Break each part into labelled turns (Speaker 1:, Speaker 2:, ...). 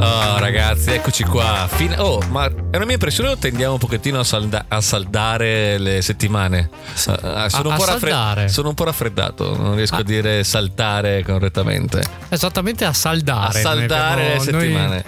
Speaker 1: Oh, eccoci qua. Fin- oh, ma è una mia impressione o tendiamo un pochettino a, salda- a saldare le settimane?
Speaker 2: Sì.
Speaker 1: Ah, ah, sono,
Speaker 2: A-
Speaker 1: un po
Speaker 2: a
Speaker 1: raffred-
Speaker 2: saldare.
Speaker 1: sono un po' raffreddato, non riesco
Speaker 2: Ah.
Speaker 1: a dire saltare correttamente.
Speaker 2: Esattamente a
Speaker 1: A
Speaker 2: saldare. noi
Speaker 1: saldare le
Speaker 2: abbiamo- noi- Mm.
Speaker 1: settimane.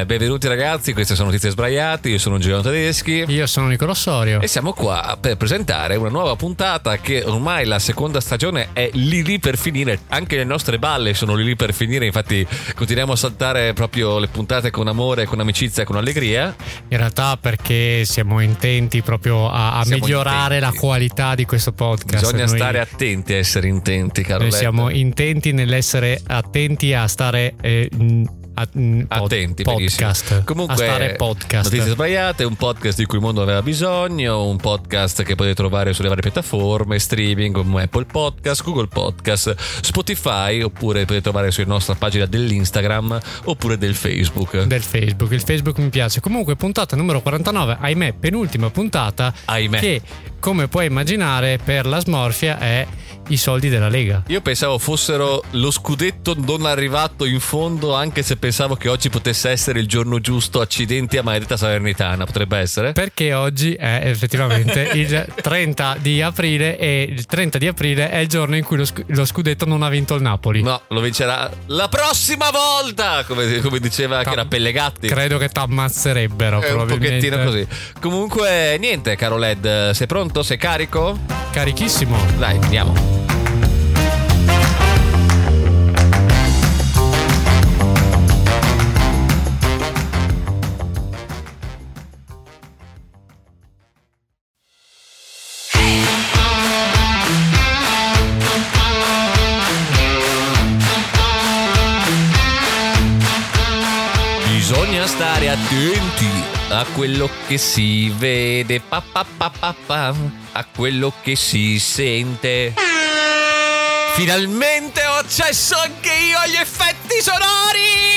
Speaker 1: Eh, benvenuti ragazzi, queste sono Notizie Sbraiati, io sono Giuliano Tedeschi.
Speaker 2: Io sono Nicolò Sorio.
Speaker 1: E siamo qua per presentare una nuova puntata che ormai la seconda stagione è lì lì per finire, anche le nostre balle sono lì lì per finire, infatti continuiamo a saltare proprio le puntate con amore, con amicizia, con allegria.
Speaker 2: In realtà perché siamo intenti proprio a, a
Speaker 1: Siamo
Speaker 2: migliorare
Speaker 1: intenti.
Speaker 2: la qualità di questo podcast.
Speaker 1: Bisogna
Speaker 2: Noi-
Speaker 1: stare attenti a essere intenti, caro.
Speaker 2: Noi
Speaker 1: Letta.
Speaker 2: siamo intenti nell'essere attenti a stare eh, mh, a- mh, pod-
Speaker 1: attenti, benissimo.
Speaker 2: podcast.
Speaker 1: Comunque,
Speaker 2: a stare podcast.
Speaker 1: Notizie sbagliate, un podcast di cui il mondo aveva bisogno, un podcast che potete trovare sulle varie piattaforme, streaming come Apple Podcast, Google Podcast, Spotify, oppure potete trovare sulla nostra pagina dell'Instagram oppure del Facebook.
Speaker 2: del Facebook, il Facebook mi piace. Comunque, puntata numero 49, ahimè, penultima puntata.
Speaker 1: Ahimè.
Speaker 2: Che, come puoi immaginare, per la smorfia è i soldi della Lega.
Speaker 1: Io pensavo fossero lo scudetto non arrivato in fondo, anche se pensavo che oggi potesse essere il giorno giusto. Accidenti a Maledetta Salernitana, potrebbe essere?
Speaker 2: Perché oggi è effettivamente il 30 di aprile e il 30 di aprile è il giorno in cui lo, scu- lo scudetto non ha vinto il Napoli.
Speaker 1: No, lo vincerà la prossima volta, come, come diceva che era Pellegatti.
Speaker 2: Credo che ti ammazzerebbero
Speaker 1: È un
Speaker 2: probabilmente.
Speaker 1: pochettino così. Comunque, niente, caro Led, sei pronto? Sei carico?
Speaker 2: Carichissimo.
Speaker 1: Dai, andiamo. Bisogna stare attenti a quello che si vede, pa, pa, pa, pa, pa, a quello che si sente. Finalmente ho accesso anche io agli effetti sonori!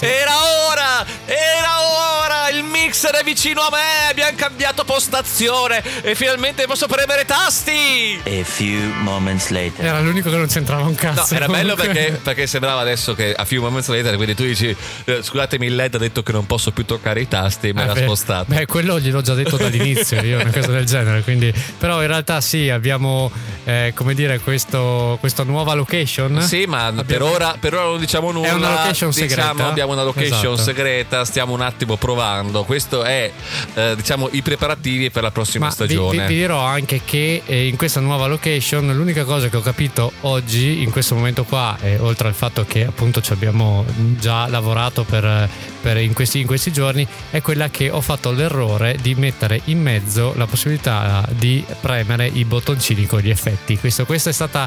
Speaker 1: Era ora! Era ora! Il mixer è vicino a me! Abbiamo cambiato postazione e finalmente posso premere tasti!
Speaker 3: A few moments later.
Speaker 2: Era l'unico che non c'entrava un
Speaker 1: No,
Speaker 2: cazzo.
Speaker 1: era bello
Speaker 2: comunque.
Speaker 1: perché, perché sembrava adesso che a few moments later, quindi tu dici eh, scusatemi il LED ha detto che non posso più toccare i tasti, me
Speaker 2: Eh,
Speaker 1: l'ha
Speaker 2: beh,
Speaker 1: spostato.
Speaker 2: Beh, quello gliel'ho già detto dall'inizio, io una cosa del genere. Quindi, però in realtà sì, abbiamo eh, come dire questo, questa nuova location.
Speaker 1: Sì, ma per, ora, per ora non diciamo nulla.
Speaker 2: una location
Speaker 1: diciamo,
Speaker 2: segreta.
Speaker 1: Abbiamo una location
Speaker 2: Esatto.
Speaker 1: segreta, stiamo un attimo provando. Questo è, eh, diciamo, i preparativi per la prossima
Speaker 2: Ma vi-
Speaker 1: stagione.
Speaker 2: Vi, vi dirò anche che eh, in questa nuova location l'unica cosa che ho capito oggi, in questo momento qua, eh, oltre al fatto che appunto ci abbiamo già lavorato per, per in, questi, in questi giorni, è quella che ho fatto l'errore di mettere in mezzo la possibilità di premere i bottoncini con gli effetti. Questo, questo è stato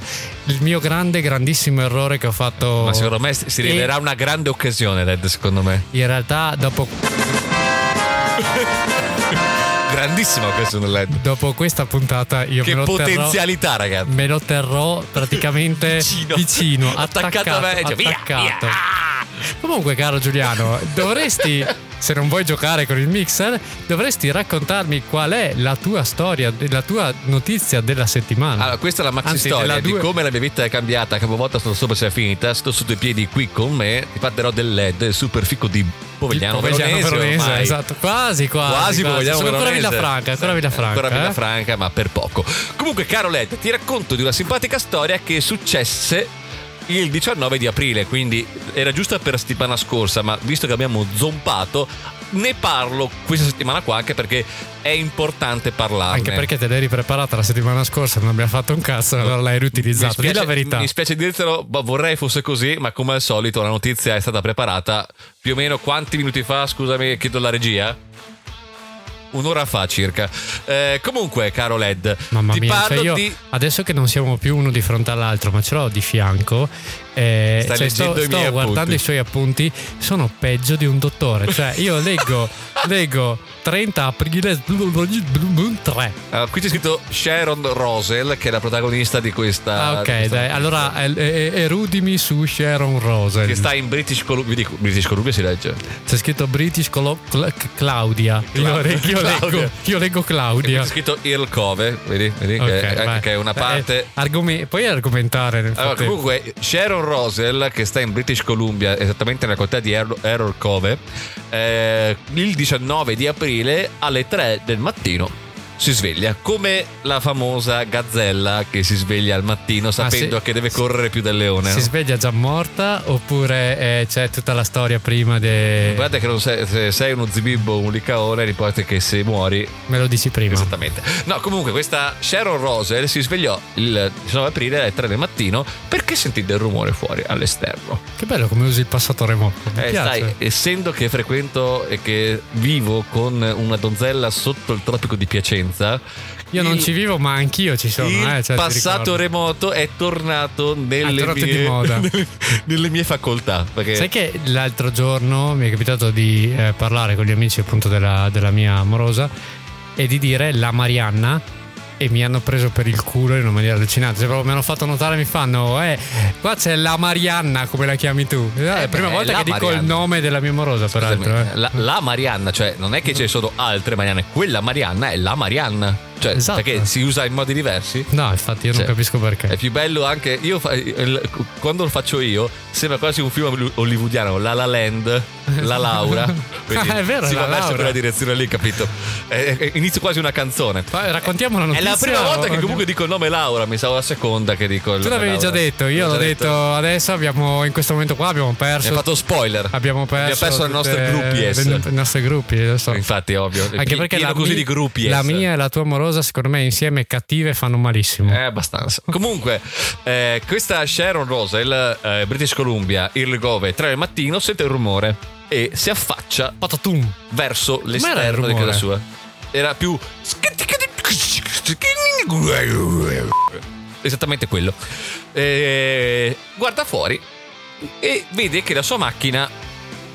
Speaker 2: il mio grande, grandissimo errore che ho fatto.
Speaker 1: Ma secondo me si
Speaker 2: E-
Speaker 1: rivelerà una grande occasione, Led, secondo me.
Speaker 2: In realtà dopo
Speaker 1: Grandissima occasione, Led.
Speaker 2: Dopo questa puntata io
Speaker 1: Che
Speaker 2: me lo
Speaker 1: potenzialità,
Speaker 2: terrò,
Speaker 1: ragazzi.
Speaker 2: Me lo terrò praticamente
Speaker 1: Ehm. Vicino.
Speaker 2: vicino,
Speaker 1: Attaccato
Speaker 2: attaccato,
Speaker 1: a me, cioè, via, Ah!
Speaker 2: attaccato. Comunque, caro Giuliano, dovresti, se non vuoi giocare con il mixer, dovresti raccontarmi qual è la tua storia, la tua notizia della settimana.
Speaker 1: Allora, questa è la maxi
Speaker 2: Anzi,
Speaker 1: storia
Speaker 2: della
Speaker 1: di
Speaker 2: due-
Speaker 1: come la mia vita è cambiata. Capovolta sono sopra se è finita. Sto su due piedi qui con me. Ti parlerò del LED, il super fico di Povegliano
Speaker 2: Il Povegliano
Speaker 1: Veronese,
Speaker 2: Veronese,
Speaker 1: ormai.
Speaker 2: esatto. Quasi, quasi.
Speaker 1: Quasi
Speaker 2: quasi.
Speaker 1: Povegliano
Speaker 2: Sono ancora
Speaker 1: Veronese.
Speaker 2: Villafranca, ancora Villafranca,
Speaker 1: Ancora
Speaker 2: eh?
Speaker 1: Villafranca, ma per poco. Comunque, caro Led, ti racconto di una simpatica storia che successe il 19 di aprile, quindi era giusta per settimana scorsa, ma visto che abbiamo zompato, ne parlo questa settimana qua anche perché è importante parlarne.
Speaker 2: Anche perché te l'eri preparata la settimana scorsa, non abbiamo fatto un cazzo, allora l'hai riutilizzata.
Speaker 1: Mi
Speaker 2: Dì la
Speaker 1: spiace-
Speaker 2: verità.
Speaker 1: Mi spiace dirtelo, ma vorrei fosse così, ma come al solito la notizia è stata preparata più o meno quanti minuti fa, scusami, chiedo alla regia. Un'ora fa circa. Eh, comunque, caro Led,
Speaker 2: Mamma
Speaker 1: ti
Speaker 2: mia,
Speaker 1: parlo
Speaker 2: cioè io
Speaker 1: di.
Speaker 2: adesso che non siamo più uno di fronte all'altro, ma ce l'ho di fianco, eh,
Speaker 1: Stai
Speaker 2: cioè, sto,
Speaker 1: leggendo i
Speaker 2: sto
Speaker 1: miei
Speaker 2: guardando
Speaker 1: appunti.
Speaker 2: i suoi appunti, sono peggio di un dottore. Cioè, io leggo, leggo 30 aprile 3.
Speaker 1: Ah, qui c'è scritto Sharon Rosel, che è la protagonista di questa.
Speaker 2: Ah,
Speaker 1: di
Speaker 2: ok,
Speaker 1: questa
Speaker 2: dai,
Speaker 1: notizia,
Speaker 2: allora eh, eh, erudimi su Sharon Rosen.
Speaker 1: Che sta in British Columbia. British Columbia si legge.
Speaker 2: C'è scritto British Colo- Cl- Claudia. Io,
Speaker 1: Claudia.
Speaker 2: io
Speaker 1: Claudia.
Speaker 2: leggo, io leggo Claudia.
Speaker 1: C'è scritto Earl Cove, vedi, vedi
Speaker 2: Ok,
Speaker 1: che, è-
Speaker 2: vai.
Speaker 1: che è una parte...
Speaker 2: Eh, argome- puoi argomentare nel
Speaker 1: Allora,
Speaker 2: frattempo?
Speaker 1: comunque, Sharon Rosell, che sta in British Columbia, esattamente nella contea di Error Error Cove, eh, il 19 di aprile alle 3 del mattino si sveglia, come la famosa gazzella che si sveglia al mattino sapendo
Speaker 2: Ah, sì.
Speaker 1: che deve correre più del leone.
Speaker 2: si
Speaker 1: no?
Speaker 2: sveglia già morta oppure eh, c'è tutta la storia prima de...
Speaker 1: Guarda che non sei, se sei uno zibibbo o un licaone, riporta che se muori
Speaker 2: me lo dici prima
Speaker 1: Esattamente. No, comunque questa Sharon Rosel si svegliò il 19 aprile alle 3 del mattino perché sentì del rumore fuori all'esterno.
Speaker 2: che bello come usi il passato remoto mi
Speaker 1: Eh,
Speaker 2: piace
Speaker 1: sai, essendo che frequento e che vivo con una donzella sotto il tropico di Piacenza,
Speaker 2: io non
Speaker 1: il-
Speaker 2: ci vivo ma anch'io ci sono
Speaker 1: il
Speaker 2: eh, cioè, ti
Speaker 1: passato
Speaker 2: ricordo.
Speaker 1: remoto è tornato nelle,
Speaker 2: tornato di
Speaker 1: mie,
Speaker 2: moda.
Speaker 1: nelle, nelle mie facoltà. Perché
Speaker 2: Sai che l'altro giorno mi è capitato di eh, parlare con gli amici appunto della, della mia amorosa e di dire la Marianna e mi hanno preso per il culo in una maniera allucinante. Cioè, proprio mi hanno fatto notare, mi fanno, eh, qua c'è la Marianna, come la chiami tu? Eh, è la
Speaker 1: beh,
Speaker 2: prima volta
Speaker 1: la
Speaker 2: che dico il
Speaker 1: Marianna.
Speaker 2: nome della mia amorosa,
Speaker 1: scusami,
Speaker 2: peraltro. eh.
Speaker 1: la, la Marianna, cioè non è che ce ne sono altre Marianne, quella Marianna è la Marianna, cioè
Speaker 2: Esatto.
Speaker 1: perché si usa in modi diversi.
Speaker 2: No, infatti io
Speaker 1: Cioè,
Speaker 2: non capisco
Speaker 1: È
Speaker 2: perché.
Speaker 1: più bello anche. Io fa- il- quando lo faccio io, sembra quasi un film holly- hollywoodiano, La La Land, La Laura. Quindi
Speaker 2: Ah, è vero,
Speaker 1: si
Speaker 2: La
Speaker 1: va verso
Speaker 2: Laura.
Speaker 1: quella direzione lì, capito? Eh, eh, inizio quasi una canzone.
Speaker 2: Fa- raccontiamo la
Speaker 1: È
Speaker 2: notizia.
Speaker 1: la prima volta che
Speaker 2: o-
Speaker 1: comunque dico il nome Laura, mi sa la seconda che dico il
Speaker 2: Tu
Speaker 1: nome
Speaker 2: l'avevi già
Speaker 1: Laura.
Speaker 2: detto, io l'ho
Speaker 1: L'ho già
Speaker 2: detto, adesso abbiamo, in questo momento qua abbiamo
Speaker 1: Mi ha
Speaker 2: perso
Speaker 1: fatto spoiler.
Speaker 2: Abbiamo perso,
Speaker 1: Abbiamo perso i nostri
Speaker 2: tutte-
Speaker 1: gruppi S.
Speaker 2: le- I nostri gruppi, lo so.
Speaker 1: Infatti, è ovvio.
Speaker 2: Anche perché
Speaker 1: Pieno
Speaker 2: la,
Speaker 1: così
Speaker 2: mi-
Speaker 1: di gruppi
Speaker 2: la
Speaker 1: S.
Speaker 2: mia e la tua amorosa, secondo me, insieme cattive fanno malissimo.
Speaker 1: Eh, abbastanza. Comunque, eh, questa Sharon Rosell, eh, British Columbia, il Gove, 3 del mattino, sente il rumore e si affaccia
Speaker 2: Patatum.
Speaker 1: verso
Speaker 2: era il
Speaker 1: l'esterno di
Speaker 2: rumore?
Speaker 1: casa sua. Era più. Esattamente quello. Eh, guarda fuori e vede che la sua macchina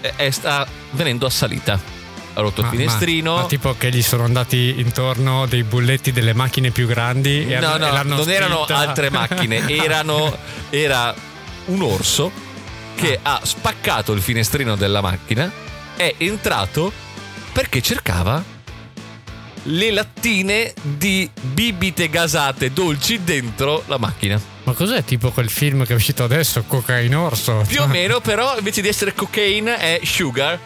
Speaker 1: eh, è- sta venendo assalita. Ha rotto il
Speaker 2: Ma- ma-
Speaker 1: finestrino.
Speaker 2: ma tipo che gli sono andati intorno dei bulletti delle macchine più grandi. e
Speaker 1: no,
Speaker 2: hanno- e
Speaker 1: no,
Speaker 2: l'hanno
Speaker 1: non erano
Speaker 2: spinta.
Speaker 1: altre macchine, erano, era un orso che
Speaker 2: Ah.
Speaker 1: ha spaccato il finestrino della macchina, è entrato perché cercava le lattine di bibite gasate dolci dentro la macchina.
Speaker 2: Ma cos'è tipo quel film che è uscito adesso, Cocaine Orso? Cioè,
Speaker 1: Più o meno, però, invece di essere cocaine è sugar.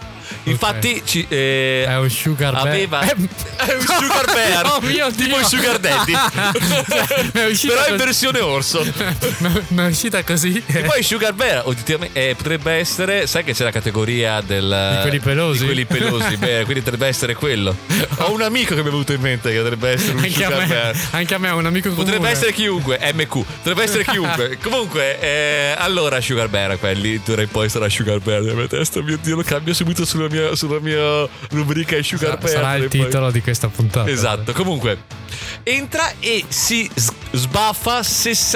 Speaker 1: Infatti, ci, eh,
Speaker 2: È un sugar bear.
Speaker 1: aveva
Speaker 2: Eh,
Speaker 1: è un sugar bear
Speaker 2: Oh mio
Speaker 1: tipo
Speaker 2: Dio.
Speaker 1: il sugar daddy
Speaker 2: Cioè, mi è uscita
Speaker 1: però in
Speaker 2: così.
Speaker 1: versione orso
Speaker 2: Ma- ma è uscita così.
Speaker 1: E poi Sugar Bear oggettivamente, eh, potrebbe essere, sai che c'è la categoria del,
Speaker 2: Di quelli pelosi?
Speaker 1: Di quelli pelosi, beh, quindi potrebbe essere quello. Ho un amico che mi è venuto in mente che potrebbe essere un
Speaker 2: anche, a
Speaker 1: Sugar
Speaker 2: me,
Speaker 1: Bear.
Speaker 2: anche a me, un amico comune.
Speaker 1: Potrebbe essere chiunque, MQ, potrebbe essere chiunque. Comunque, eh, allora Sugar Bear, quelli, d'ora in poi sarà Sugar Bear nella mia testa, mio Dio, lo cambio subito sulla mia, sulla mia rubrica è Sugar Bear.
Speaker 2: Sarà il
Speaker 1: d'ora in poi.
Speaker 2: titolo di questa puntata.
Speaker 1: Esatto, comunque entra e si s- sbaffa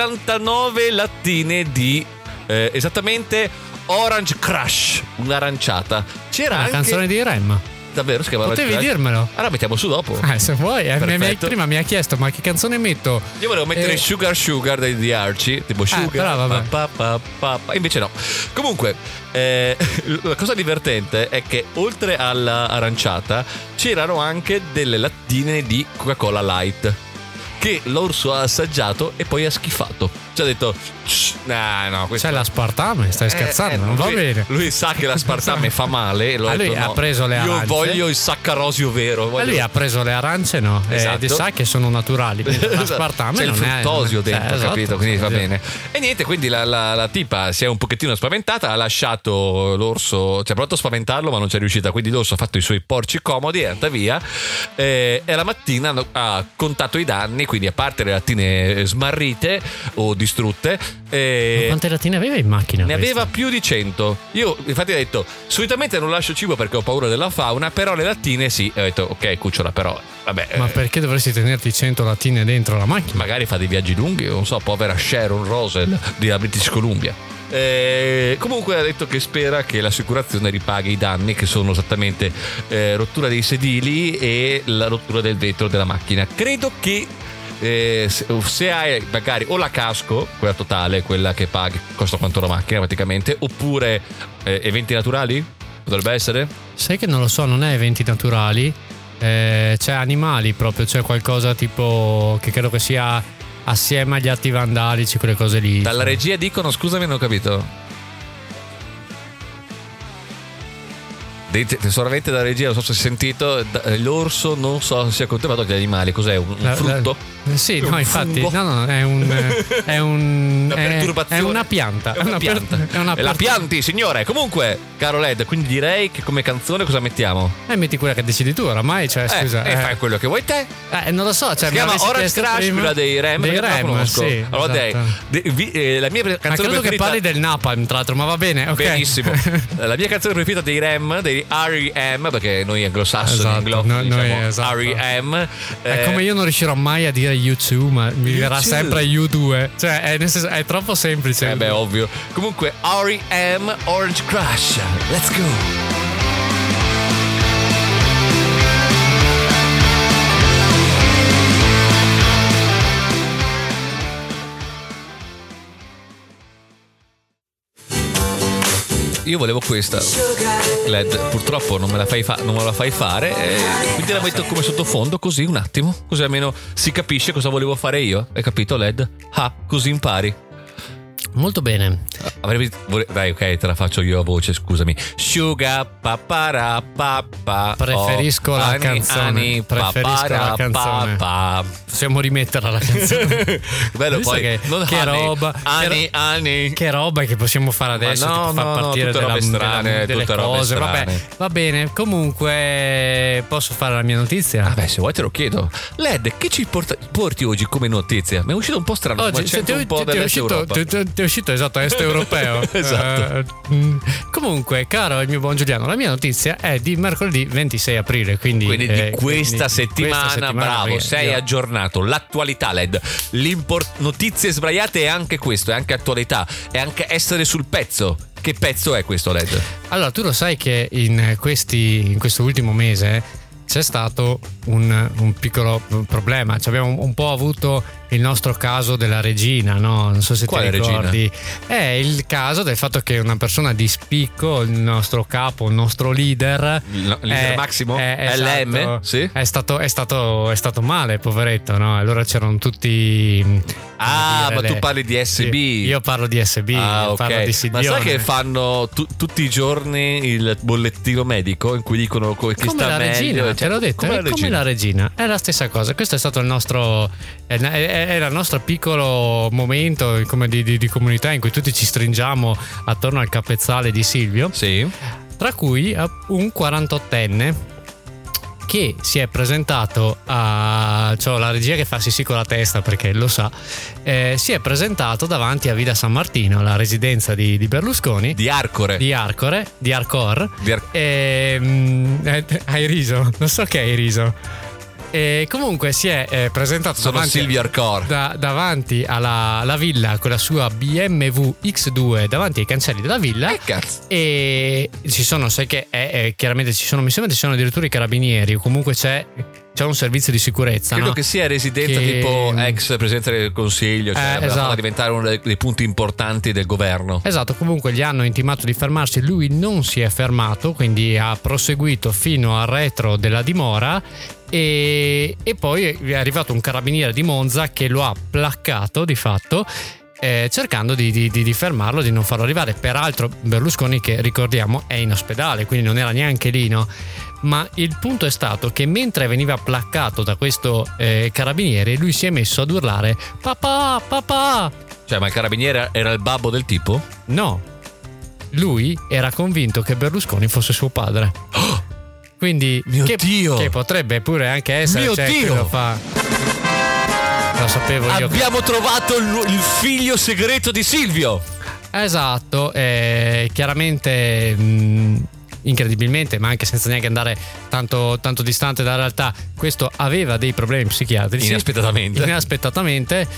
Speaker 1: 69 lattine di eh, esattamente Orange Crush, un'aranciata. C'era
Speaker 2: La
Speaker 1: anche
Speaker 2: canzone di Rem.
Speaker 1: davvero si chiama Orange
Speaker 2: Potevi
Speaker 1: Crush?
Speaker 2: dirmelo.
Speaker 1: Allora mettiamo su dopo.
Speaker 2: Ah, se vuoi, eh, mi- mi-
Speaker 1: Perfetto.
Speaker 2: prima mi ha chiesto ma che canzone metto?
Speaker 1: Io volevo mettere
Speaker 2: Eh, Ah,
Speaker 1: Sugar Sugar dei di Archie, tipo Sugar.
Speaker 2: però vabbè.
Speaker 1: pa, pa, pa, pa. Invece no. Comunque, eh, la cosa divertente è che oltre alla aranciata c'erano anche delle lattine di Coca-Cola Light che l'orso ha assaggiato e poi ha schifato. Ci ha detto "Shh, no, no, questo
Speaker 2: C'è la Spartame, stai Cioè, scherzando,
Speaker 1: eh,
Speaker 2: non va
Speaker 1: lui-
Speaker 2: bene.
Speaker 1: Lui sa che la spartame fa male. e lo
Speaker 2: Ah, lui
Speaker 1: detto,
Speaker 2: ha
Speaker 1: "No,
Speaker 2: preso le
Speaker 1: Io
Speaker 2: arance."
Speaker 1: voglio il saccarosio vero.
Speaker 2: Ma
Speaker 1: voglio-
Speaker 2: lui ha preso le arance, no?
Speaker 1: Esatto.
Speaker 2: Ed e sa che sono naturali. mentre La
Speaker 1: Esatto.
Speaker 2: Spartame
Speaker 1: c'è il
Speaker 2: non è-
Speaker 1: fruttosio
Speaker 2: non è-
Speaker 1: dentro,
Speaker 2: cioè, esatto,
Speaker 1: capito? Quindi va
Speaker 2: cioè,
Speaker 1: bene. E niente, quindi la, la- la tipa si è un pochettino spaventata, ha lasciato l'orso, cioè ha provato a spaventarlo, ma non c'è riuscita. Quindi l'orso ha fatto i suoi porci comodi, è andata via. eh, e la mattina hanno- ha contato i danni, quindi a parte le lattine smarrite o distrutte. eh,
Speaker 2: Ma quante lattine aveva in macchina?
Speaker 1: ne
Speaker 2: questa?
Speaker 1: aveva più di 100. Io infatti ho detto, solitamente non lascio cibo perché ho paura della fauna, però le lattine sì. E ho detto, ok, cucciola, però vabbè.
Speaker 2: Ma
Speaker 1: eh,
Speaker 2: perché dovresti tenerti 100 lattine dentro la macchina?
Speaker 1: magari fa dei viaggi lunghi, non so, povera Sharon Rosel della British Columbia. Eh, comunque ha detto che spera che l'assicurazione ripaghi i danni che sono esattamente eh, rottura dei sedili e la rottura del vetro della macchina. Credo che eh, se, se hai magari o la casco, quella totale, quella che paghi, costa quanto la macchina praticamente, oppure eh, eventi naturali, potrebbe essere?
Speaker 2: Sai che non lo so, non è eventi naturali. eh, c'è animali proprio, c'è qualcosa tipo che credo che sia assieme agli atti vandalici, quelle cose lì.
Speaker 1: Dalla regia dicono, scusami, non ho capito. Dite- Tesoramente dalla regia, non so se hai sentito, da- l'orso non so se sia contemplato dagli animali, cos'è? Un, un
Speaker 2: La- la-
Speaker 1: frutto?
Speaker 2: Eh, sì,
Speaker 1: Un
Speaker 2: no, infatti,
Speaker 1: fungo?
Speaker 2: no, no, è un eh, è un
Speaker 1: Una
Speaker 2: è,
Speaker 1: perturbazione.
Speaker 2: è una pianta,
Speaker 1: È una
Speaker 2: per-
Speaker 1: pianta.
Speaker 2: è una
Speaker 1: E la
Speaker 2: per-
Speaker 1: pianti, signore. Comunque, caro Led, quindi direi che come canzone cosa mettiamo?
Speaker 2: Eh, metti quella che decidi tu oramai, cioè,
Speaker 1: Eh,
Speaker 2: scusa.
Speaker 1: e
Speaker 2: eh.
Speaker 1: fai quello che vuoi te.
Speaker 2: Eh, non lo so, cioè,
Speaker 1: si
Speaker 2: mi
Speaker 1: chiama
Speaker 2: avessi
Speaker 1: Orange
Speaker 2: chiesto
Speaker 1: Crash,
Speaker 2: prima-
Speaker 1: quella dei Rem.
Speaker 2: Dei
Speaker 1: perché non la
Speaker 2: Rem,
Speaker 1: conosco.
Speaker 2: sì,
Speaker 1: allora, dai,
Speaker 2: esatto.
Speaker 1: de- vi- eh, la mia pre-
Speaker 2: Ma
Speaker 1: canzone
Speaker 2: credo che
Speaker 1: preferita
Speaker 2: parli del Napalm, tra l'altro, ma va bene, Eh, ok.
Speaker 1: Benissimo. La mia canzone preferita dei Rem, dei R.E.M., perché noi anglosassoni,
Speaker 2: Esatto,
Speaker 1: anglofoni,
Speaker 2: no- noi,
Speaker 1: diciamo
Speaker 2: esatto.
Speaker 1: R.E.M.
Speaker 2: È
Speaker 1: eh,
Speaker 2: come io non riuscirò mai a dire U2, ma mi verrà
Speaker 1: U2.
Speaker 2: sempre U2. Cioè, è, nel senso- è troppo semplice.
Speaker 1: Eh beh, ovvio. Comunque, R.E.M. Orange Crush. Let's go. Io volevo questa. Led, purtroppo non me la fai, fa- non me la fai fare, eh, quindi la metto come sottofondo così un attimo, così almeno si capisce cosa volevo fare io. Hai capito, Led? Ah, così impari.
Speaker 2: Molto bene.
Speaker 1: Avrebbe vole- Dai, ok, te la faccio io a voce, scusami. Suga papara Oh, papà.
Speaker 2: Preferisco la canzone, preferisco la canzone. Possiamo rimetterla la canzone.
Speaker 1: Bello
Speaker 2: Visto
Speaker 1: poi.
Speaker 2: che- che roba, che
Speaker 1: Ani,
Speaker 2: ro-
Speaker 1: ani.
Speaker 2: che roba che possiamo fare adesso?
Speaker 1: Ma no, no,
Speaker 2: tipo, far
Speaker 1: no,
Speaker 2: partire
Speaker 1: tutte robe
Speaker 2: della-
Speaker 1: strane,
Speaker 2: della- delle
Speaker 1: tutte robe
Speaker 2: cose.
Speaker 1: strane.
Speaker 2: Vabbè, va bene. Comunque, posso fare la mia notizia?
Speaker 1: Vabbè, se vuoi te lo chiedo. Led, che ci porta- porti oggi come notizia? Mi è uscito un po' strano,
Speaker 2: Oggi
Speaker 1: Ah, ma
Speaker 2: cioè,
Speaker 1: c'è
Speaker 2: ti,
Speaker 1: un po'
Speaker 2: ti- ti è
Speaker 1: dell'est
Speaker 2: uscito,
Speaker 1: Europa.
Speaker 2: ti, ti- ti è uscito esatto est europeo.
Speaker 1: Esatto.
Speaker 2: Eh, mm, comunque, caro il mio buon Giuliano, la mia notizia è di mercoledì 26 aprile. Quindi,
Speaker 1: Quindi
Speaker 2: eh,
Speaker 1: di
Speaker 2: quindi
Speaker 1: questa,
Speaker 2: di
Speaker 1: settimana,
Speaker 2: questa settimana,
Speaker 1: bravo,
Speaker 2: perché
Speaker 1: sei
Speaker 2: io-
Speaker 1: aggiornato. L'attualità, Led. L'import- notizie sbraiate è anche questo, è anche attualità, è anche essere sul pezzo. Che pezzo è questo, Led?
Speaker 2: Allora, tu lo sai che in, eh, questi, in questo ultimo mese c'è stato un, un piccolo problema. Ci abbiamo un, un po' avuto il nostro caso della regina, no? Non so se
Speaker 1: Quale
Speaker 2: ti
Speaker 1: regina?
Speaker 2: ricordi. È il caso del fatto che una persona di spicco, il nostro capo, il nostro leader.
Speaker 1: Il leader
Speaker 2: Eh,
Speaker 1: Massimo?
Speaker 2: eh, esatto.
Speaker 1: LM? Sì.
Speaker 2: È stato, è stato- è stato male, poveretto, no? Allora c'erano tutti. come
Speaker 1: Ah,
Speaker 2: dire,
Speaker 1: ma
Speaker 2: le-
Speaker 1: tu parli di SB.
Speaker 2: Io, io parlo di SB,
Speaker 1: Ah,
Speaker 2: io parlo di
Speaker 1: ok. Ma
Speaker 2: Sidione.
Speaker 1: sai che fanno tu- tutti i giorni il bollettino medico in cui dicono co- chi
Speaker 2: come
Speaker 1: sta
Speaker 2: la
Speaker 1: meglio?
Speaker 2: regina,
Speaker 1: eccetera.
Speaker 2: te l'ho detto, è
Speaker 1: Come la
Speaker 2: come
Speaker 1: regina.
Speaker 2: la regina, è la stessa cosa. Questo è stato il nostro, è- è- era il nostro piccolo momento come di, di- di comunità in cui tutti ci stringiamo attorno al capezzale di Silvio,
Speaker 1: Sì.
Speaker 2: tra cui eh, un 48enne che si è presentato a... cioè la regia che fa sì sì con la testa perché lo sa, eh, si è presentato davanti a Vida San Martino, la residenza di, di Berlusconi,
Speaker 1: Di Arcore.
Speaker 2: di Arcore, di Arcor.
Speaker 1: Di Ar-
Speaker 2: Ehm, eh, hai riso, non so che hai riso. E comunque si è eh, presentato
Speaker 1: Sono
Speaker 2: davanti,
Speaker 1: Silvio Arcore.
Speaker 2: da- davanti alla, alla villa con la sua BMW X2 davanti ai cancelli della villa.
Speaker 1: Eh, cazzo.
Speaker 2: E ci sono, sai che è, è- chiaramente ci sono, mi sembra ci sono addirittura i carabinieri, o comunque c'è, c'è un servizio di sicurezza.
Speaker 1: Credo
Speaker 2: no?
Speaker 1: che sia residenza
Speaker 2: Che-
Speaker 1: tipo ex presidente del consiglio,
Speaker 2: Eh,
Speaker 1: cioè
Speaker 2: esatto.
Speaker 1: farà diventare uno dei, dei punti importanti del governo.
Speaker 2: Esatto, comunque gli hanno intimato di fermarsi, lui non si è fermato, quindi ha proseguito fino al retro della dimora e, e poi è arrivato un carabiniere di Monza che lo ha placcato di fatto. eh, cercando di, di- di- di fermarlo, di non farlo arrivare. Peraltro, Berlusconi, che ricordiamo, è in ospedale, quindi non era neanche lì, no? Ma il punto è stato che mentre veniva placcato da questo eh, carabiniere, lui si è messo ad urlare: Papà, papà!
Speaker 1: Cioè, ma il carabiniere era il babbo del tipo?
Speaker 2: No, lui era convinto che Berlusconi fosse suo padre. Quindi,
Speaker 1: Mio
Speaker 2: che,
Speaker 1: Dio!
Speaker 2: che potrebbe pure anche essere.
Speaker 1: Mio
Speaker 2: cioè,
Speaker 1: Dio!
Speaker 2: Lo, fa. lo sapevo io. che-
Speaker 1: Abbiamo trovato il, il figlio segreto di Silvio.
Speaker 2: Esatto, eh, chiaramente mh, incredibilmente, ma anche senza neanche andare tanto, tanto distante dalla realtà, questo aveva dei problemi psichiatrici.
Speaker 1: Inaspettatamente.
Speaker 2: Inaspettatamente.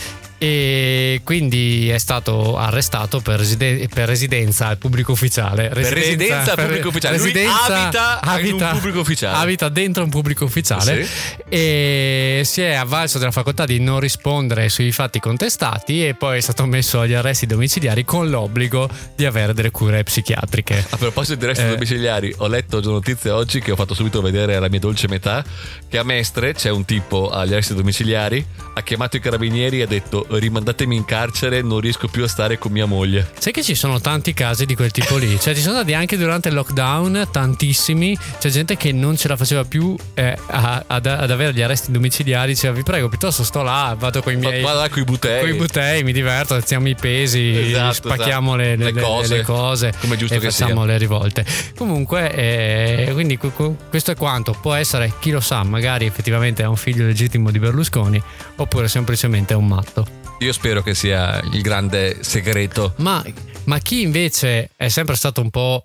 Speaker 2: e quindi è stato arrestato per, reside- per residenza al pubblico ufficiale.
Speaker 1: Per residenza al pubblico ufficiale. Lui abita in un pubblico ufficiale.
Speaker 2: Abita dentro un pubblico ufficiale e si è avvalso della facoltà di non rispondere sui fatti contestati e poi è stato messo agli arresti domiciliari con l'obbligo di avere delle cure psichiatriche.
Speaker 1: A proposito di resti
Speaker 2: Eh.
Speaker 1: domiciliari, ho letto una notizia oggi che ho fatto subito vedere alla mia dolce metà che a Mestre c'è un tipo agli arresti domiciliari, ha chiamato i carabinieri e ha detto rimandatemi in carcere, non riesco più a stare con mia moglie.
Speaker 2: Sai che ci sono tanti casi di quel tipo lì, cioè ci sono stati anche durante il lockdown tantissimi, c'è gente che non ce la faceva più eh, a- ad, ad avere gli arresti domiciliari, diceva vi prego piuttosto sto là, vado con i
Speaker 1: Ma
Speaker 2: miei...
Speaker 1: guarda là coi butei.
Speaker 2: Con i butei mi diverto, alziamo i pesi,
Speaker 1: Esatto,
Speaker 2: spacchiamo
Speaker 1: esatto.
Speaker 2: le, le-
Speaker 1: Le
Speaker 2: le-
Speaker 1: cose,
Speaker 2: le cose
Speaker 1: come è giusto
Speaker 2: e
Speaker 1: che sia.
Speaker 2: facciamo le rivolte. Comunque, eh, quindi cu- cu- questo è quanto. Può essere, chi lo sa, magari effettivamente è un figlio legittimo di Berlusconi oppure semplicemente è un matto.
Speaker 1: Io spero che sia il grande segreto.
Speaker 2: Ma, ma chi invece è sempre stato un po'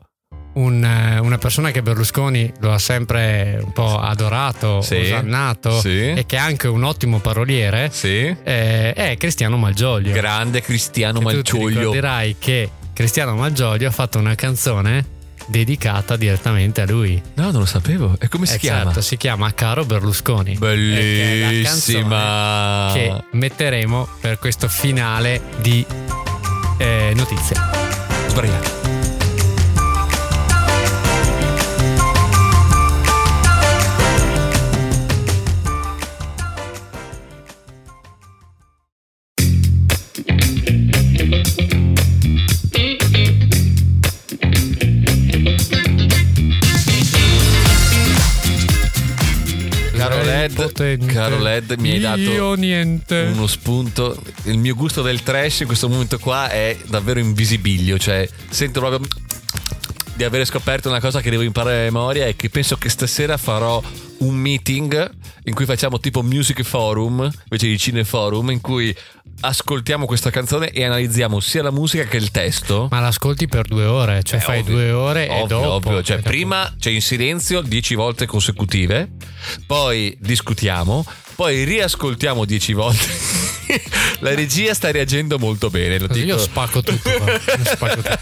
Speaker 2: un, eh, una persona che Berlusconi lo ha sempre un po' adorato,
Speaker 1: Sì.
Speaker 2: osannato
Speaker 1: Sì.
Speaker 2: e che è anche un ottimo paroliere,
Speaker 1: Sì.
Speaker 2: eh, è Cristiano Malgioglio.
Speaker 1: Grande Cristiano
Speaker 2: Che Tu ti
Speaker 1: Malcioglio.
Speaker 2: ricorderai che Cristiano Malgioglio ha fatto una canzone dedicata direttamente a lui.
Speaker 1: No, non lo sapevo. E come si
Speaker 2: Eh,
Speaker 1: chiama?
Speaker 2: certo, si chiama Caro Berlusconi. Perché è la
Speaker 1: Bellissima.
Speaker 2: canzone Che metteremo per questo finale di eh, notizie.
Speaker 1: sbagliata. Caro Led,
Speaker 2: Potente.
Speaker 1: caro Led, mi hai dato
Speaker 2: Io niente.
Speaker 1: uno spunto. Il mio gusto del trash in questo momento qua è davvero invisibilio, cioè sento proprio di avere scoperto una cosa che devo imparare a memoria e che penso che stasera farò un meeting in cui facciamo tipo music forum invece di cineforum in cui ascoltiamo questa canzone e analizziamo sia la musica che il testo.
Speaker 2: Ma l'ascolti per due ore, cioè
Speaker 1: Eh,
Speaker 2: fai
Speaker 1: ovvio.
Speaker 2: due ore
Speaker 1: Ovvio,
Speaker 2: e dopo.
Speaker 1: ovvio. Cioè,
Speaker 2: perché
Speaker 1: prima c'è in silenzio 10 volte consecutive, poi discutiamo, poi riascoltiamo 10 volte. La regia sta reagendo molto bene. Lo
Speaker 2: Così
Speaker 1: dico.
Speaker 2: io spacco tutto qua. Io spacco tutto.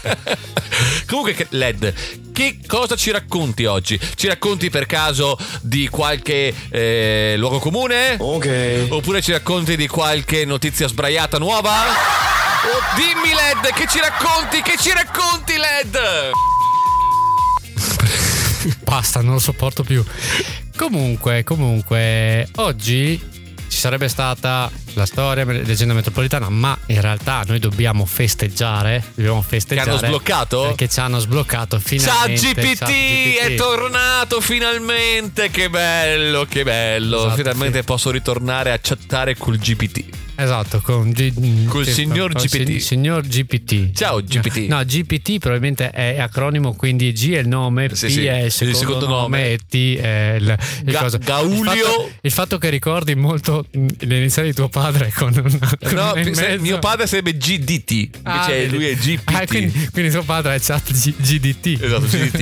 Speaker 1: Comunque, che- Led, che cosa ci racconti oggi? Ci racconti per caso di qualche eh, luogo comune?
Speaker 4: Okay.
Speaker 1: Oppure ci racconti di qualche notizia sbraiata nuova? Oh, dimmi Led, che ci racconti? Che ci racconti Led?
Speaker 2: Basta, non lo sopporto più. Comunque, comunque, oggi ci sarebbe stata la storia, leggenda metropolitana, ma in realtà noi dobbiamo festeggiare. Dobbiamo festeggiare.
Speaker 1: hanno sbloccato?
Speaker 2: Perché ci hanno sbloccato finalmente.
Speaker 1: ChatGPT è
Speaker 2: ChatGPT.
Speaker 1: tornato finalmente, che bello, che bello.
Speaker 2: Esatto,
Speaker 1: finalmente
Speaker 2: sì.
Speaker 1: posso ritornare a chattare col GPT.
Speaker 2: Esatto, con G-
Speaker 1: Col
Speaker 2: sì,
Speaker 1: signor
Speaker 2: il
Speaker 1: GPT.
Speaker 2: sig- signor GPT.
Speaker 1: Ciao, GPT.
Speaker 2: No, GPT probabilmente è acronimo, quindi G è il nome,
Speaker 1: Sì,
Speaker 2: P
Speaker 1: sì,
Speaker 2: è il secondo, nome, e T è il, il
Speaker 1: Ga-
Speaker 2: coso.
Speaker 1: Gaulio.
Speaker 2: Il fatto, il fatto che ricordi molto mh, le iniziali di tuo padre con una con
Speaker 1: Eh, No,
Speaker 2: una in
Speaker 1: se-
Speaker 2: mezzo.
Speaker 1: mio padre sarebbe GDT, invece
Speaker 2: Ah, vedi.
Speaker 1: lui è GPT.
Speaker 2: Ah, quindi, quindi tuo padre è chat G- GDT.
Speaker 1: Esatto, GDT.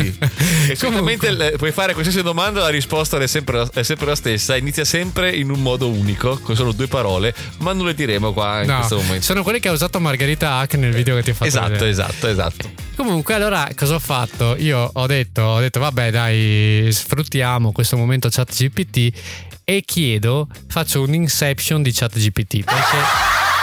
Speaker 1: E solitamente
Speaker 2: Comunque.
Speaker 1: le- puoi fare qualsiasi domanda, la risposta è sempre, la- è sempre la stessa, inizia sempre in un modo unico, con solo due parole, ma non le diremo qua in
Speaker 2: No,
Speaker 1: questo momento.
Speaker 2: sono quelli che ha usato Margherita Hack nel video che ti ho fatto
Speaker 1: Esatto,
Speaker 2: vedere.
Speaker 1: esatto, esatto.
Speaker 2: Comunque, allora cosa ho fatto? Io ho detto, ho detto, vabbè, dai, sfruttiamo questo momento ChatGPT e chiedo, faccio un inception di ChatGPT. Perché,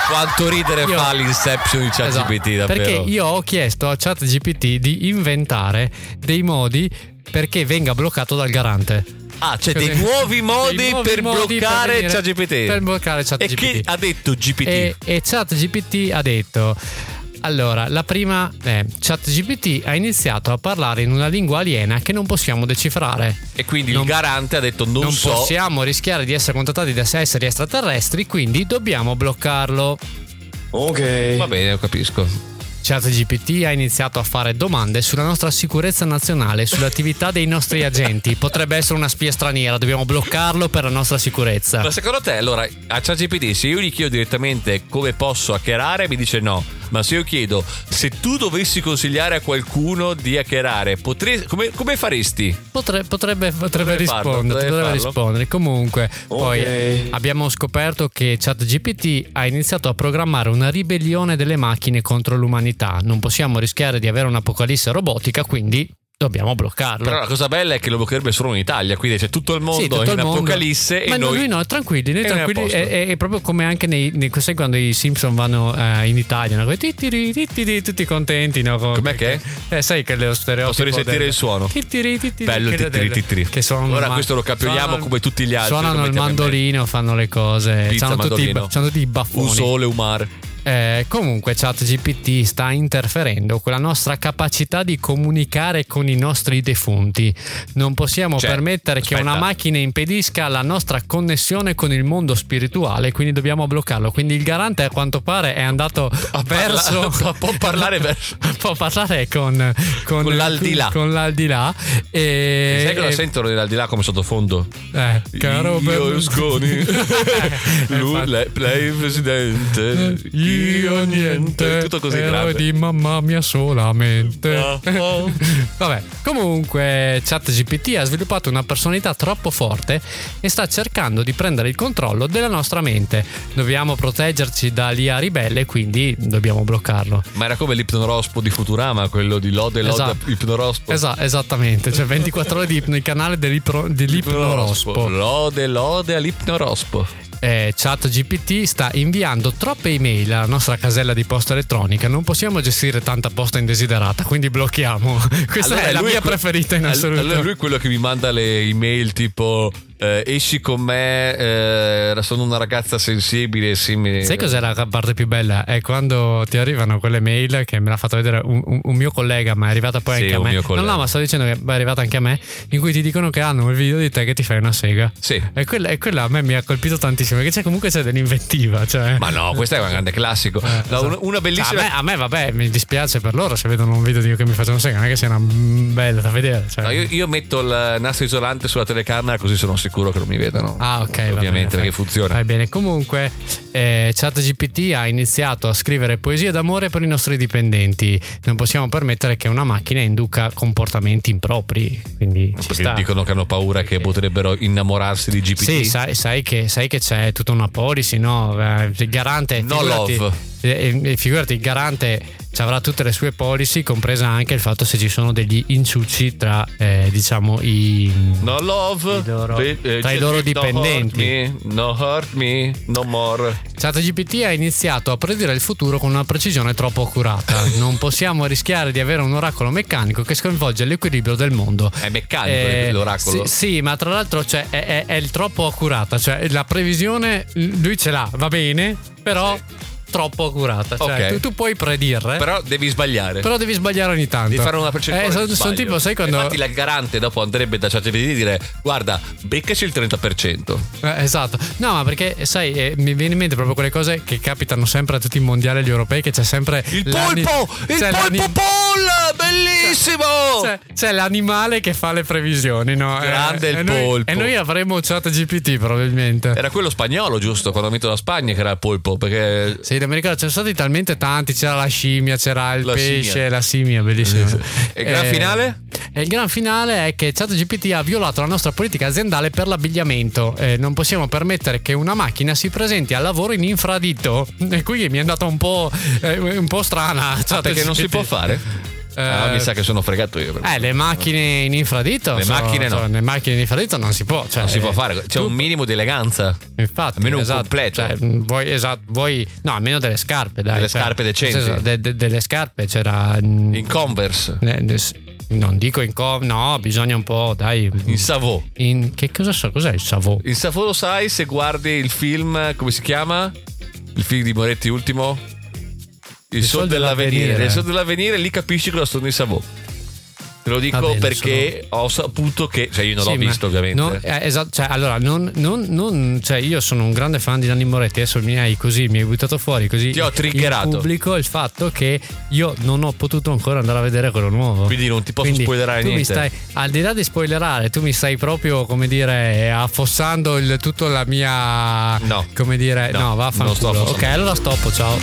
Speaker 1: Quanto ridere
Speaker 2: Io-
Speaker 1: fa l'inception di ChatGPT,
Speaker 2: esatto,
Speaker 1: davvero.
Speaker 2: perché io ho chiesto a ChatGPT di inventare dei modi perché venga bloccato dal garante.
Speaker 1: Ah, c'è
Speaker 2: Cioè,
Speaker 1: dei nuovi modi
Speaker 2: dei nuovi
Speaker 1: per
Speaker 2: modi per
Speaker 1: bloccare
Speaker 2: venire-
Speaker 1: ChatGPT.
Speaker 2: per bloccare
Speaker 1: E
Speaker 2: ChatGPT.
Speaker 1: chi ha detto GPT?
Speaker 2: E, e ChatGPT ha detto. Allora, la prima è ChatGPT ha iniziato a parlare in una lingua aliena che non possiamo decifrare.
Speaker 1: E quindi
Speaker 2: non-
Speaker 1: il garante ha detto non,
Speaker 2: non
Speaker 1: so.
Speaker 2: possiamo rischiare di essere contattati da esseri extraterrestri, quindi dobbiamo bloccarlo.
Speaker 4: Okay.
Speaker 1: Va bene, capisco.
Speaker 2: ChatGPT ha iniziato a fare domande sulla nostra sicurezza nazionale, sull'attività dei nostri agenti. Potrebbe essere una spia straniera, dobbiamo bloccarlo per la nostra sicurezza.
Speaker 1: Ma secondo te, allora, a ChatGPT, se io gli chiedo direttamente come posso hackerare, mi dice no. Ma se io chiedo, se tu dovessi consigliare a qualcuno di hackerare, potresti, come, come faresti?
Speaker 2: Potre- potrebbe, potrebbe
Speaker 1: Potrebbe farlo,
Speaker 2: rispondere,
Speaker 1: potrebbe
Speaker 2: potrebbe
Speaker 1: farlo.
Speaker 2: rispondere. Comunque,
Speaker 3: Ok.
Speaker 2: poi abbiamo scoperto che ChatGPT ha iniziato a programmare una ribellione delle macchine contro l'umanità. Non possiamo rischiare di avere un'apocalisse robotica, quindi dobbiamo bloccarlo.
Speaker 1: Però la cosa bella è che lo bloccherebbe solo in Italia, quindi c'è tutto il mondo
Speaker 2: Sì, tutto
Speaker 1: in
Speaker 2: il mondo.
Speaker 1: apocalisse
Speaker 2: Ma
Speaker 1: e
Speaker 2: no,
Speaker 1: noi...
Speaker 2: no, tranquilli, noi
Speaker 1: e noi a
Speaker 2: tranquilli. eh,
Speaker 1: posto.
Speaker 2: È, è- è proprio come anche nei, nei- sai quando i Simpson vanno eh, in Italia, no? Quei tittiri, tittiri, tutti contenti. No? Con-
Speaker 1: Com'è che è?
Speaker 2: Eh, sai che lo stereotipo.
Speaker 1: Posso risentire
Speaker 2: del-
Speaker 1: il suono?
Speaker 2: Tittiri, tittiri,
Speaker 1: Bello il
Speaker 2: quello
Speaker 1: tittiri,
Speaker 2: del-
Speaker 1: tittiri.
Speaker 2: Che suonano
Speaker 1: Ora
Speaker 2: ma-
Speaker 1: questo lo capiamo
Speaker 2: suonano-
Speaker 1: come tutti gli altri, lo
Speaker 2: Suonano il
Speaker 1: mettiamo in
Speaker 2: mandolino, fanno le cose.
Speaker 1: Pizza,
Speaker 2: Hanno tutti, i ba-
Speaker 1: mandolino.
Speaker 2: c'hanno tutti i baffoni.
Speaker 1: Un sole, un mare.
Speaker 2: Eh, comunque ChatGPT sta interferendo con la nostra capacità di comunicare con i nostri defunti. Non possiamo
Speaker 1: Cioè,
Speaker 2: permettere che
Speaker 1: aspetta.
Speaker 2: una macchina impedisca la nostra connessione con il mondo spirituale, quindi dobbiamo bloccarlo. Quindi il garante a quanto pare è andato
Speaker 1: A parla-
Speaker 2: verso
Speaker 1: può parlare verso-
Speaker 2: può parlare con con,
Speaker 1: Con l'aldilà.
Speaker 2: con l'aldilà e
Speaker 1: Sai che la
Speaker 2: e-
Speaker 1: sentono di là come sottofondo?
Speaker 2: eh, caro
Speaker 1: Berlusconi. Lui,
Speaker 2: Infatti.
Speaker 1: lei, lei presidente.
Speaker 2: Eh, Io niente,
Speaker 1: Eh,
Speaker 2: Eh,
Speaker 1: Tutto così
Speaker 2: ero
Speaker 1: grave.
Speaker 2: di mamma mia solamente.
Speaker 1: Ah, ah.
Speaker 2: Vabbè, comunque ChatGPT ha sviluppato una personalità troppo forte e sta cercando di prendere il controllo della nostra mente. Dobbiamo proteggerci dall'IA ribelle, quindi dobbiamo bloccarlo.
Speaker 1: Ma era come l'ipnorospo di Futurama, quello di Lode Lode
Speaker 2: Esatto.
Speaker 1: ipnorospo.
Speaker 2: Esa- esattamente, cioè 24 ore di ipno, il canale dell'ipro- dell'ipnorospo.
Speaker 1: Lode Lode all'ipnorospo.
Speaker 2: eh, ChatGPT sta inviando troppe email alla nostra casella di posta elettronica. Non possiamo gestire tanta posta indesiderata, quindi blocchiamo. Questa
Speaker 1: Allora
Speaker 2: è la
Speaker 1: lui
Speaker 2: mia
Speaker 1: que-
Speaker 2: preferita in
Speaker 1: all-
Speaker 2: assoluto.
Speaker 1: Allora lui è quello che mi manda le email tipo eh, esci con me, eh, sono una ragazza sensibile, simile.
Speaker 2: Sai cos'è la parte più bella? È quando ti arrivano quelle mail che me l'ha fatto vedere un, un- un mio collega, ma è arrivata poi
Speaker 1: Sì,
Speaker 2: anche a
Speaker 1: un
Speaker 2: me.
Speaker 1: mio
Speaker 2: No,
Speaker 1: collega.
Speaker 2: no, ma sto dicendo che è arrivata anche a me, in cui ti dicono che hanno il video di te che ti fai una sega.
Speaker 1: Sì.
Speaker 2: E quella, e quella a me mi ha colpito tantissimo, perché c'è comunque c'è dell'invettiva. Cioè.
Speaker 1: Ma no, questo è un grande classico.
Speaker 2: Eh,
Speaker 1: No,
Speaker 2: esatto.
Speaker 1: una- una bellissima...
Speaker 2: A me, a me, vabbè, mi dispiace per loro se vedono un video di io che mi faccio una sega, non è che sia una mm, bella da vedere. cioè.
Speaker 1: No, io, io metto il nastro isolante sulla telecamera così sono sicuro che non mi vedano.
Speaker 2: Ah, ok. va bene,
Speaker 1: Ovviamente,
Speaker 2: fai-
Speaker 1: perché funziona.
Speaker 2: Fai bene. Comunque, eh, ChatGPT ha iniziato a scrivere poesie d'amore per i nostri dipendenti. Non possiamo permettere che una macchina induca comportamenti impropri. Quindi ci
Speaker 1: Perché
Speaker 2: sta.
Speaker 1: dicono che hanno paura che potrebbero innamorarsi di GPT.
Speaker 2: Sì, sai, sai che, sai che c'è tutta una policy, no? Eh, Il garante.
Speaker 1: No
Speaker 2: figurati,
Speaker 1: love.
Speaker 2: eh, eh, figurati, il garante ci avrà tutte le sue policy, compresa anche il fatto se ci sono degli inciucci tra, eh, diciamo, i.
Speaker 1: No love
Speaker 2: I loro-
Speaker 1: be- eh,
Speaker 2: tra i loro
Speaker 1: no
Speaker 2: dipendenti.
Speaker 1: hurt me, No hurt me, no more.
Speaker 2: ChatGPT ha iniziato a predire il futuro con una precisione troppo accurata. Non possiamo rischiare di avere un oracolo meccanico che sconvolge l'equilibrio del mondo.
Speaker 1: È meccanico
Speaker 2: Eh,
Speaker 1: l'oracolo.
Speaker 2: Sì, sì, ma tra l'altro cioè, è, è- è il troppo accurata. Cioè, la previsione l- lui ce l'ha, va bene, però troppo accurata. Cioè,
Speaker 1: Ok.
Speaker 2: tu, tu puoi predire. Però
Speaker 1: Però devi sbagliare.
Speaker 2: devi sbagliare ogni tanto.
Speaker 1: Devi fare una percentuale.
Speaker 2: Eh, sono,
Speaker 1: di
Speaker 2: sono
Speaker 1: sbaglio.
Speaker 2: tipo, sai quando.
Speaker 1: Infatti, la garante dopo andrebbe da ChatGPT e dire: Guarda, beccaci il 30%.
Speaker 2: Eh, esatto, no, ma perché sai, eh, mi viene in mente proprio quelle cose che capitano sempre a tutti i mondiali e gli europei. Che c'è sempre
Speaker 1: Il
Speaker 2: l'ani-
Speaker 1: polpo! Il
Speaker 2: c'è l'ani-
Speaker 1: polpo Paul! Bellissimo!
Speaker 2: C'è, c'è l'animale che fa le previsioni, no?
Speaker 1: Grande
Speaker 2: Eh,
Speaker 1: il
Speaker 2: e noi-
Speaker 1: polpo.
Speaker 2: E noi avremo chat GPT probabilmente.
Speaker 1: Era quello spagnolo, giusto? Quando ha vinto la Spagna, che era il polpo. Perché
Speaker 2: Sì, in America c'erano stati talmente tanti, c'era la scimmia, c'era il
Speaker 1: La
Speaker 2: pesce,
Speaker 1: scimmia.
Speaker 2: la scimmia, bellissimo.
Speaker 1: E il gran
Speaker 2: Eh,
Speaker 1: finale?
Speaker 2: E il gran finale è che ChatGPT ha violato la nostra politica aziendale per l'abbigliamento. Eh, non possiamo permettere che una macchina si presenti al lavoro in infradito. E qui mi è andata un po', eh, un po strana.
Speaker 1: Ah, perché non si
Speaker 2: ChatGPT.
Speaker 1: può fare?
Speaker 2: Eh,
Speaker 1: Ah, mi sa che sono fregato io.
Speaker 2: Eh, le macchine in infradito. cioè,
Speaker 1: Le macchine no.
Speaker 2: Le macchine in infradito non si può. Cioè,
Speaker 1: non si può
Speaker 2: eh,
Speaker 1: fare, c'è
Speaker 2: tu-
Speaker 1: un minimo di eleganza.
Speaker 2: Infatti,
Speaker 1: Almeno un
Speaker 2: esatto,
Speaker 1: completo.
Speaker 2: cioè, mh, vuoi, esatto, vuoi- no, almeno delle scarpe, dai,
Speaker 1: Delle
Speaker 2: cioè,
Speaker 1: scarpe decenti.
Speaker 2: nel senso, de- de- delle scarpe c'era. mh,
Speaker 1: In Converse,
Speaker 2: ne- ne- s- non dico in co- no, bisogna un po', dai.
Speaker 1: in Savò.
Speaker 2: in- che cosa so? Cos'è il Savò?
Speaker 1: In Savò lo sai se guardi il film, come si chiama? Il film di Moretti ultimo? Il,
Speaker 2: Il
Speaker 1: Sol,
Speaker 2: Sol
Speaker 1: dell'avvenire.
Speaker 2: dell'avvenire. eh.
Speaker 1: Il Sol dell'avvenire, lì capisci cosa sono in Savò. Te lo dico
Speaker 2: Va bene,
Speaker 1: perché ho saputo che... Cioè io non
Speaker 2: Sì,
Speaker 1: l'ho
Speaker 2: ma-
Speaker 1: visto ovviamente.
Speaker 2: no, eh, esatto, cioè, allora, non, non- non- cioè, io sono un grande fan di Nanni Moretti, adesso mi hai così, mi hai buttato fuori così.
Speaker 1: Ti ho triggerato.
Speaker 2: In pubblico il fatto che io non ho potuto ancora andare a vedere quello nuovo.
Speaker 1: Quindi non ti posso
Speaker 2: Quindi
Speaker 1: spoilerare
Speaker 2: tu mi
Speaker 1: niente.
Speaker 2: stai, al di là di spoilerare, tu mi stai proprio, come dire, affossando il, tutto la mia...
Speaker 1: No.
Speaker 2: Come dire,
Speaker 1: No,
Speaker 2: no,
Speaker 1: non sto Cioè,
Speaker 2: vaffanculo.
Speaker 1: affossando.
Speaker 2: Ok, allora stoppo, ciao.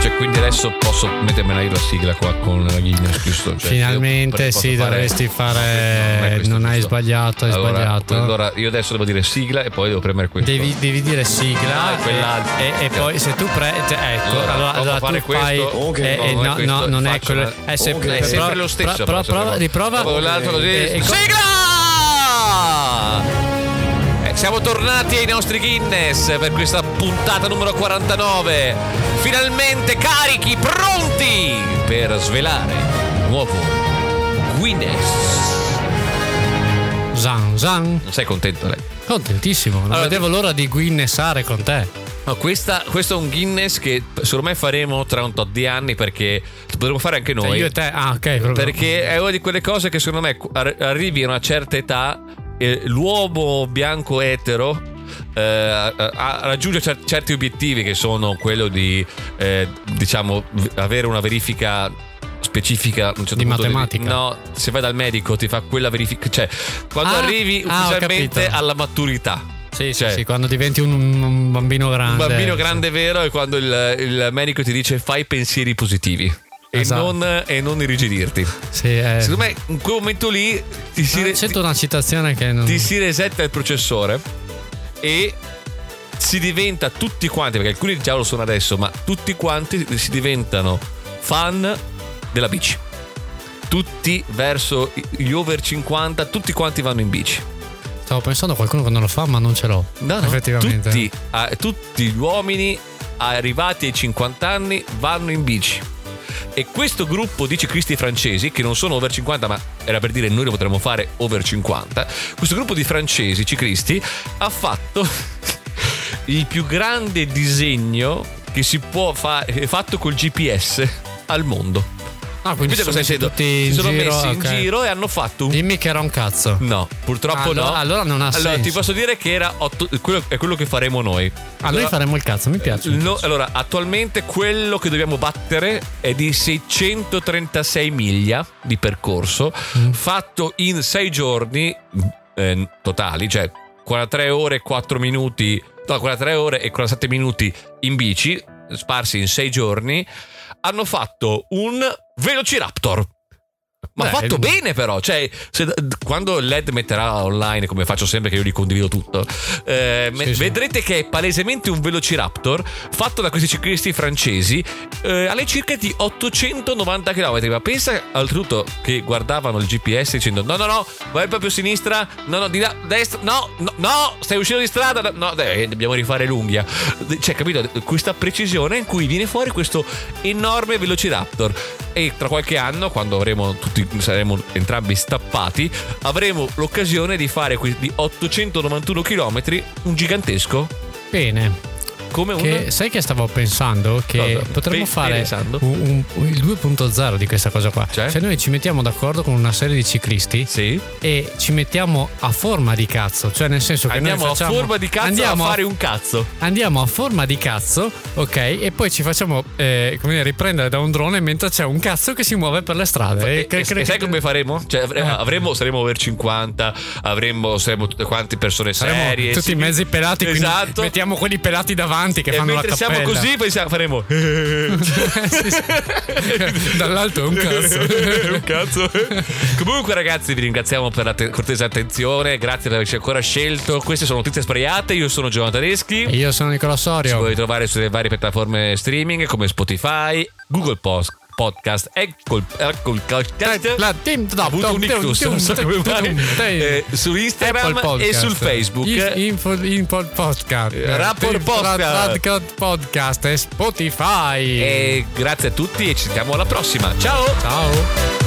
Speaker 1: Cioè, quindi adesso posso mettermela io la sigla qua con la Guinness, giusto? Cioè,
Speaker 2: Finalmente
Speaker 1: io posso
Speaker 2: sì,
Speaker 1: fare-
Speaker 2: dovresti
Speaker 1: Non è
Speaker 2: fare.
Speaker 1: questo,
Speaker 2: Non, hai
Speaker 1: giusto?
Speaker 2: sbagliato, hai
Speaker 1: Allora,
Speaker 2: sbagliato.
Speaker 1: Allora, io adesso devo dire sigla e poi devo premere questo.
Speaker 2: Devi, devi dire sigla
Speaker 1: Ah, quell'altro.
Speaker 2: e, e- e poi se tu pre cioè, ecco
Speaker 1: Allora,
Speaker 2: allora,
Speaker 1: posso
Speaker 2: allora
Speaker 1: fare
Speaker 2: tu fai
Speaker 1: questo? Ok.
Speaker 2: eh,
Speaker 1: No, non
Speaker 2: eh,
Speaker 1: è
Speaker 2: no,
Speaker 1: questo,
Speaker 2: no, non è
Speaker 1: faccio,
Speaker 2: quello
Speaker 1: eh.
Speaker 2: è sempre,
Speaker 1: È sempre
Speaker 2: prova-
Speaker 1: lo stesso.
Speaker 2: prova-
Speaker 1: però,
Speaker 2: prova-
Speaker 1: sempre.
Speaker 2: riprova
Speaker 1: Dopo l'altro così.
Speaker 2: Eh, eh,
Speaker 1: Sigla! Eh, siamo tornati ai nostri Guinness per questa puntata numero 49. Finalmente carichi, pronti per svelare il nuovo Guinness.
Speaker 2: Zan Zan
Speaker 1: Non sei contento, lei?
Speaker 2: contentissimo non
Speaker 1: Allora,
Speaker 2: vedevo l'ora di guinnessare con te Cioè,
Speaker 1: No, questa, questo è un Guinness che secondo me faremo tra un tot di anni perché lo potremo fare anche
Speaker 2: Cioè,
Speaker 1: noi.
Speaker 2: io e te ah ok proprio.
Speaker 1: Perché è una di quelle cose che secondo me ar- arrivi a una certa età, eh, l'uomo bianco etero eh, a- a- raggiunge cer- certi obiettivi che sono quello di eh, diciamo v- avere una verifica specifica a un certo
Speaker 2: Di
Speaker 1: punto
Speaker 2: matematica.
Speaker 1: no se vai dal medico ti fa quella verifica cioè quando
Speaker 2: Ah,
Speaker 1: arrivi
Speaker 2: ah, ho
Speaker 1: ufficialmente
Speaker 2: capito.
Speaker 1: alla maturità
Speaker 2: sì, sì,
Speaker 1: cioè-
Speaker 2: sì, quando diventi un, un bambino grande
Speaker 1: un bambino grande vero è quando il, il medico ti dice fai pensieri positivi e,
Speaker 2: Esatto.
Speaker 1: non, e non irrigidirti.
Speaker 2: sì, eh. Ah, certo.
Speaker 1: Secondo me in quel momento lì ti si, re-
Speaker 2: sento una citazione che non...
Speaker 1: ti si resetta il processore e si diventa tutti quanti, perché alcuni già lo sono adesso, ma tutti quanti si diventano fan della bici. Tutti verso i- gli over 50, tutti quanti vanno in bici.
Speaker 2: stavo pensando a qualcuno che non lo fa ma non ce l'ho
Speaker 1: No, no,
Speaker 2: effettivamente
Speaker 1: Tutti, ah, tutti gli uomini arrivati ai 50 anni vanno in bici. E questo gruppo di ciclisti francesi, che non sono over 50, ma era per dire noi lo potremmo fare over 50, questo gruppo di francesi ciclisti ha fatto il più grande disegno che si può fare, fatto col GPS al mondo.
Speaker 2: ah quindi
Speaker 1: Capite
Speaker 2: sono
Speaker 1: cosa intendo?
Speaker 2: tutti in
Speaker 1: si sono
Speaker 2: giro,
Speaker 1: messi
Speaker 2: ok.
Speaker 1: in giro e hanno fatto un
Speaker 2: dimmi che era un cazzo
Speaker 1: No, purtroppo
Speaker 2: Allora-
Speaker 1: no.
Speaker 2: allora non ha
Speaker 1: Allora,
Speaker 2: senso.
Speaker 1: ti posso dire che era otto- quello, è quello che faremo noi.
Speaker 2: Ah, noi
Speaker 1: Allora,
Speaker 2: faremo il cazzo, mi piace.
Speaker 1: no, allora, attualmente quello che dobbiamo battere è di 636 miglia di percorso,
Speaker 2: Mm.
Speaker 1: fatto in 6 giorni eh, totali, cioè 43 ore e 4 minuti, no, 43 ore e 47 minuti in bici, sparsi in 6 giorni, hanno fatto un Velociraptor. Ma
Speaker 2: Beh,
Speaker 1: fatto
Speaker 2: il-
Speaker 1: bene però, cioè se- d- quando LED metterà online, come faccio sempre che io li condivido tutto, eh, me-
Speaker 2: Sì, sì.
Speaker 1: vedrete che è palesemente un Velociraptor fatto da questi ciclisti francesi eh, alle circa di 890 km. Ma pensa oltretutto che guardavano il GPS dicendo no no no, vai proprio a sinistra, no no di là, destra, no no, no stai uscendo di strada, no, no, dai, dobbiamo rifare l'unghia. Cioè capito, questa precisione in cui viene fuori questo enorme Velociraptor e tra qualche anno, quando avremo tutti, saremo entrambi stappati, avremo l'occasione di fare quindi 891 km un gigantesco
Speaker 2: Bene.
Speaker 1: come un...
Speaker 2: Che, sai che stavo pensando? Che
Speaker 1: Cosa?
Speaker 2: potremmo
Speaker 1: Pe-
Speaker 2: fare
Speaker 1: pensando?
Speaker 2: un- un- il 2.0 di questa cosa qua.
Speaker 1: Cioè?
Speaker 2: noi ci mettiamo d'accordo con una serie di ciclisti
Speaker 1: Sì.
Speaker 2: e ci mettiamo a forma di cazzo. Cioè, nel senso che noi
Speaker 1: Andiamo
Speaker 2: facciamo-
Speaker 1: a forma di cazzo
Speaker 2: andiamo
Speaker 1: a fare un cazzo.
Speaker 2: Andiamo a forma di cazzo, ok? E poi ci facciamo eh, come dire, riprendere da un drone mentre c'è un cazzo che si muove per le strade.
Speaker 1: E, e- Eh, e sai come faremo? Cioè, avre-
Speaker 2: Eh.
Speaker 1: avremo, saremo over 50, avremo saremo tutte quante persone
Speaker 2: Saremo
Speaker 1: serie.
Speaker 2: tutti
Speaker 1: sì.
Speaker 2: mezzi pelati, quindi
Speaker 1: Esatto.
Speaker 2: mettiamo quelli pelati davanti che
Speaker 1: e
Speaker 2: fanno la
Speaker 1: mentre
Speaker 2: cappella.
Speaker 1: siamo così pensiamo, faremo
Speaker 2: Sì, sì. Dall'alto è un cazzo.
Speaker 1: un cazzo. Comunque, ragazzi, vi ringraziamo per la te- cortese attenzione. Grazie per averci ancora scelto. Queste sono notizie sbraiate. Io sono Giovanni
Speaker 2: E
Speaker 1: Tedeschi.
Speaker 2: io sono Nicola
Speaker 1: Ci
Speaker 2: Sorio.
Speaker 1: potete trovare sulle varie piattaforme streaming come Spotify, Google Post, Podcast, Apple, Apple Podcast.
Speaker 2: La- tim-
Speaker 1: Ha
Speaker 2: no,
Speaker 1: avuto un
Speaker 2: tim-
Speaker 1: ictus,
Speaker 2: tim-
Speaker 1: non so come
Speaker 2: tim-
Speaker 1: fare.
Speaker 2: tim- tim-
Speaker 1: Eh, su Instagram
Speaker 2: Apple Podcast.
Speaker 1: e sul Facebook.
Speaker 2: In- Info, info podcast.
Speaker 1: Eh, Rapport
Speaker 2: Tim-
Speaker 1: Podcast.
Speaker 2: Ra- Radcast podcast e Spotify.
Speaker 1: E grazie a tutti e ci vediamo alla prossima. Ciao!
Speaker 2: Ciao.